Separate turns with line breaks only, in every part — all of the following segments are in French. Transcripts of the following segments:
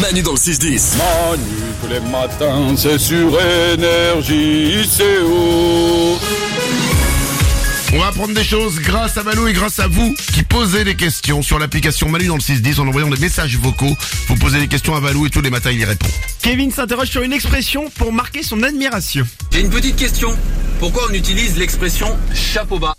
Manu dans le 6-10.
Manu tous les matins, c'est sur énergie, c'est où
On va apprendre des choses grâce à Malou et grâce à vous qui posez des questions sur l'application Malou dans le 610 en envoyant des messages vocaux. Vous posez des questions à Malou et tous les matins il y répond.
Kevin s'interroge sur une expression pour marquer son admiration.
J'ai une petite question. Pourquoi on utilise l'expression chapeau bas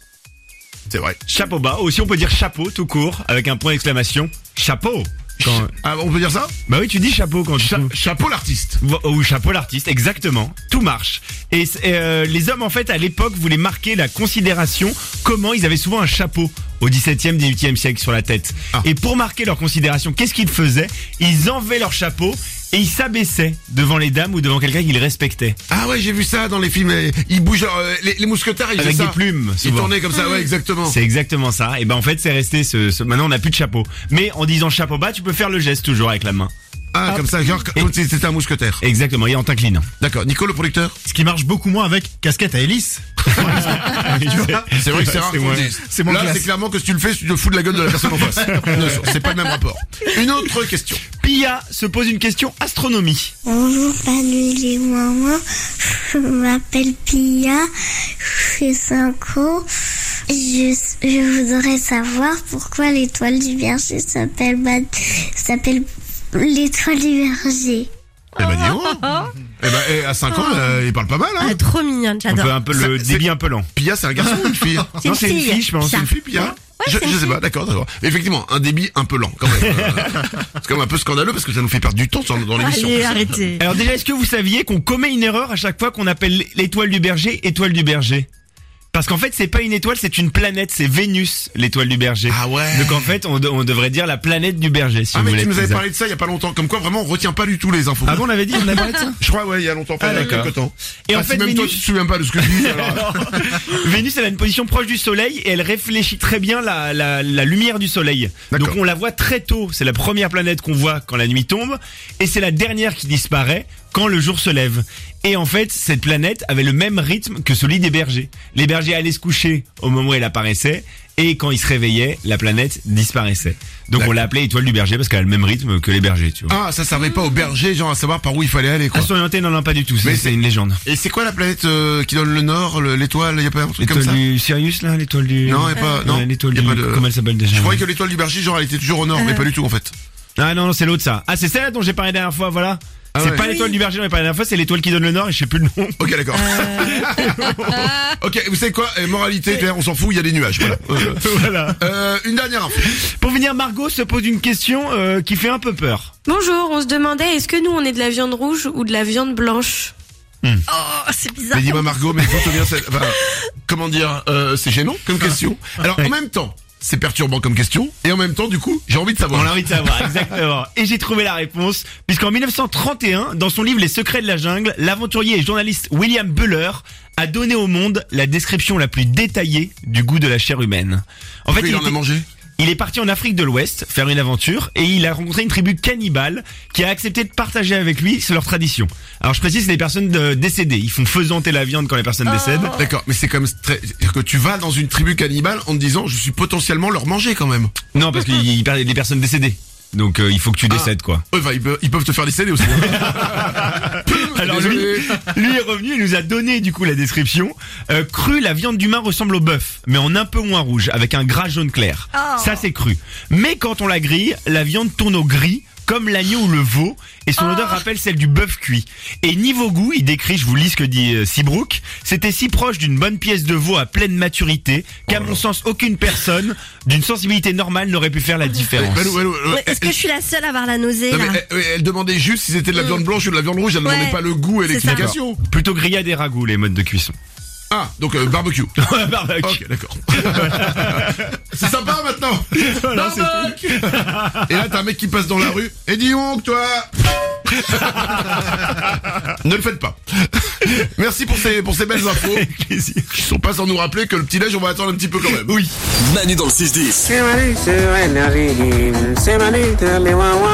C'est vrai.
Chapeau bas, aussi on peut dire chapeau tout court, avec un point d'exclamation. Chapeau Quand- Mmh.
Ah, on peut dire ça
Bah oui, tu dis chapeau quand tu
Cha-
trouves-
Chapeau l'artiste.
Vo- Ou chapeau l'artiste, exactement. Tout marche. Et, c- et, euh, les hommes, en fait, à l'époque, voulaient marquer la considération comment ils avaient souvent un chapeau au 17e, 18e siècle sur la tête.
Ah.
Et pour marquer leur considération, qu'est-ce qu'ils faisaient Ils enlevaient leur chapeau et ils s'abaissaient devant les dames ou devant quelqu'un qu'ils respectaient.
Ah ouais, j'ai vu ça dans les films. euh, Ils bougent euh, les, les mousquetaires, ils
Avec
faisaient
des
ça.
plumes,
Ils
souvent. Mmh.
tournaient comme ça, ouais, exactement.
C'est exactement ça. Et ben en fait, c'est resté ce, ce- maintenant on n'a plus de chapeau. Mais en disant chapeau bas, tu peux faire le geste toujours avec la main.
Ah, comme ça, genre comme si c'était un mousquetaire.
Exactement, et en t'inclinant.
D'accord. Nico, le producteur
Ce qui marche beaucoup moins avec casquette à hélice.
C'est vrai que c'est rare qu'on
moins-
le dise.
c'est moins
Là,
classe.
c'est clairement que si tu le fais, tu te fous de la gueule de la personne en face. Bien sûr, c'est pas le même rapport. Une autre question.
Pia se pose une question astronomie.
Bonjour, salut les mamans. Je m'appelle Pia. J'ai 5 ans. Je, je voudrais savoir pourquoi l'étoile du berger s'appelle Bad- s'appelle l'étoile du berger.
Eh ben, dis donc. Eh ben, eh, à 5 ans, euh, il parle pas mal, hein.
Ah, trop mignonne,
On peut
j'adore.
un peu le
C'est-
débit un peu lent.
Pia, c'est un garçon ou une fille
C'est une
Non, c'est une
fille.
fille, je pense.
C'est une
Pierre.
fille, Pia je,
c'est une
je sais
fille.
pas, d'accord, d'accord. Effectivement, un débit un peu lent, quand même. Euh, c'est quand même un peu scandaleux parce que ça nous fait perdre du temps dans, dans l'émission.
Allez, arrêtez.
Alors déjà, est-ce que vous saviez qu'on commet une erreur à chaque fois qu'on appelle l'étoile du berger étoile du berger Parce qu'en fait, c'est pas une étoile, c'est une planète, c'est Vénus, l'étoile du berger.
Ah ouais.
Donc en fait, on, de- on devrait dire la planète du berger, si
Ah,
vous
mais
voulez.
tu nous avais
plus
parlé de ça il y a pas longtemps. Comme quoi, vraiment, on retient pas du tout les infos.
exact. Ah bon, on avait dit, on avait parlé de ça
Je crois, ouais, il y a longtemps, enfin,
Ah,
il y a
d'accord.
quelques temps.
Et en
Ah,
fait,
si même toi,
Vénus-
tu te souviens pas de ce que je dis, alors.
Vénus, elle a une position proche du Soleil et elle réfléchit très bien la, la, la lumière du Soleil.
D'accord.
Donc on la voit très tôt. C'est la première planète qu'on voit quand la nuit tombe et c'est la dernière qui disparaît quand le jour se lève. Et en fait, cette planète avait le même rythme que celui des bergers. Les bergers allaient se coucher au moment où elle apparaissait et quand ils se réveillaient, la planète disparaissait. Donc on
D'accord.
l'a appelée étoile du berger parce qu'elle a le même rythme que les bergers, tu vois.
Ah, ça servait pas aux bergers, genre, à savoir par où il fallait aller,
À
quoi.
s'orienter, non, non, pas du tout.
Ah. Mais
Mais c'est une légende.
Et c'est quoi la planète euh, qui donne le nord, le- l'étoile, y a pas un truc comme ça
L'étoile du Sirius, là, l'étoile du...
Non, y a pas- non,
Ouais, l'étoile
y a
du...
pas de-
Comment elle s'appelle déjà
Je croyais que l'étoile du berger, genre, elle était toujours au
Euh.
nord, mais pas du tout, en fait.
Ah non, non, c'est l'autre ça. Ah, c'est celle-là dont j'ai parlé la dernière fois, voilà.
Ah
c'est
ouais.
pas l'étoile du berger dont j'ai parlé la dernière fois, c'est l'étoile qui donne le nord et je sais plus le nom.
Ok, d'accord. ok, vous savez quoi Eh, Moralité, on s'en fout, il y a des nuages, voilà. Euh,
voilà.
euh, une dernière info.
Pour venir, Margot se pose une question euh, qui fait un peu peur.
Bonjour, on se demandait est-ce que nous on est de la viande rouge ou de la viande blanche
Ah,
Oh, c'est bizarre.
Mais dis-moi Margot, mais d'où te vient cette... enfin, comment dire euh, C'est gênant comme question. Alors en même temps, c'est perturbant comme question, et en même temps, du coup, j'ai envie de
On
savoir.
l'a envie de savoir, exactement. Et j'ai trouvé la réponse, puisqu'en 1931, dans son livre Les secrets de la jungle, l'aventurier et journaliste William Buller a donné au monde la description la plus détaillée du goût de la chair humaine. En fait,
il en
était-
a mangé
Il est parti en Afrique de l'Ouest faire une aventure et il a rencontré une tribu cannibale qui a accepté de partager avec lui leur tradition. Alors je précise, c'est des personnes euh, décédées. Ils font faisanter la viande quand les personnes décèdent.
D'accord, mais c'est comme très... c'est-à-dire que tu vas dans une tribu cannibale en te disant, je suis potentiellement leur manger quand même.
Non, parce qu'il parlait des personnes décédées. Donc euh, il faut que tu décèdes quoi.
Eux, enfin, ils, peuvent, ils peuvent te faire des scellés aussi. hein.
Alors lui,
Désolé.
lui est revenu, il nous a donné du coup la description. Euh, cru, la viande d'humain ressemble au bœuf, mais en un peu moins rouge, avec un gras jaune clair. Ça c'est cru. Mais quand on la grille, la viande tourne au gris, comme l'agneau ou le veau, et son odeur rappelle celle du bœuf cuit. Et niveau goût, il décrit, je vous lis ce que dit euh, Seabrook, c'était si proche d'une bonne pièce de veau à pleine maturité, qu'à mon sens aucune personne d'une sensibilité normale n'aurait pu faire la différence.
Malou, Malou, euh,
Ouais, Est-ce que je suis la seule à avoir la nausée
Non, mais
là
elle, elle demandait juste si c'était de la viande blanche ou de la viande rouge, elle
Ouais.
demandait pas le goût et
C'est ça.
l'explication.
Plutôt grillade et ragoût les modes de cuisson.
Ah, donc euh, barbecue.
Barbecue.
Ok, d'accord. c'est sympa maintenant.
Voilà, c'est
Barbecue. Et là, t'as un mec qui passe dans la rue. Et dis donc, toi. ne le faites pas. Merci pour ces, pour ces belles infos.
Plaisir.
Qui sont pas sans nous rappeler que le petit déj, on va attendre un petit peu quand même. Oui.
Manu dans le 6-10.
C'est Manu sur Énergie. C'est Manu de les Wawa.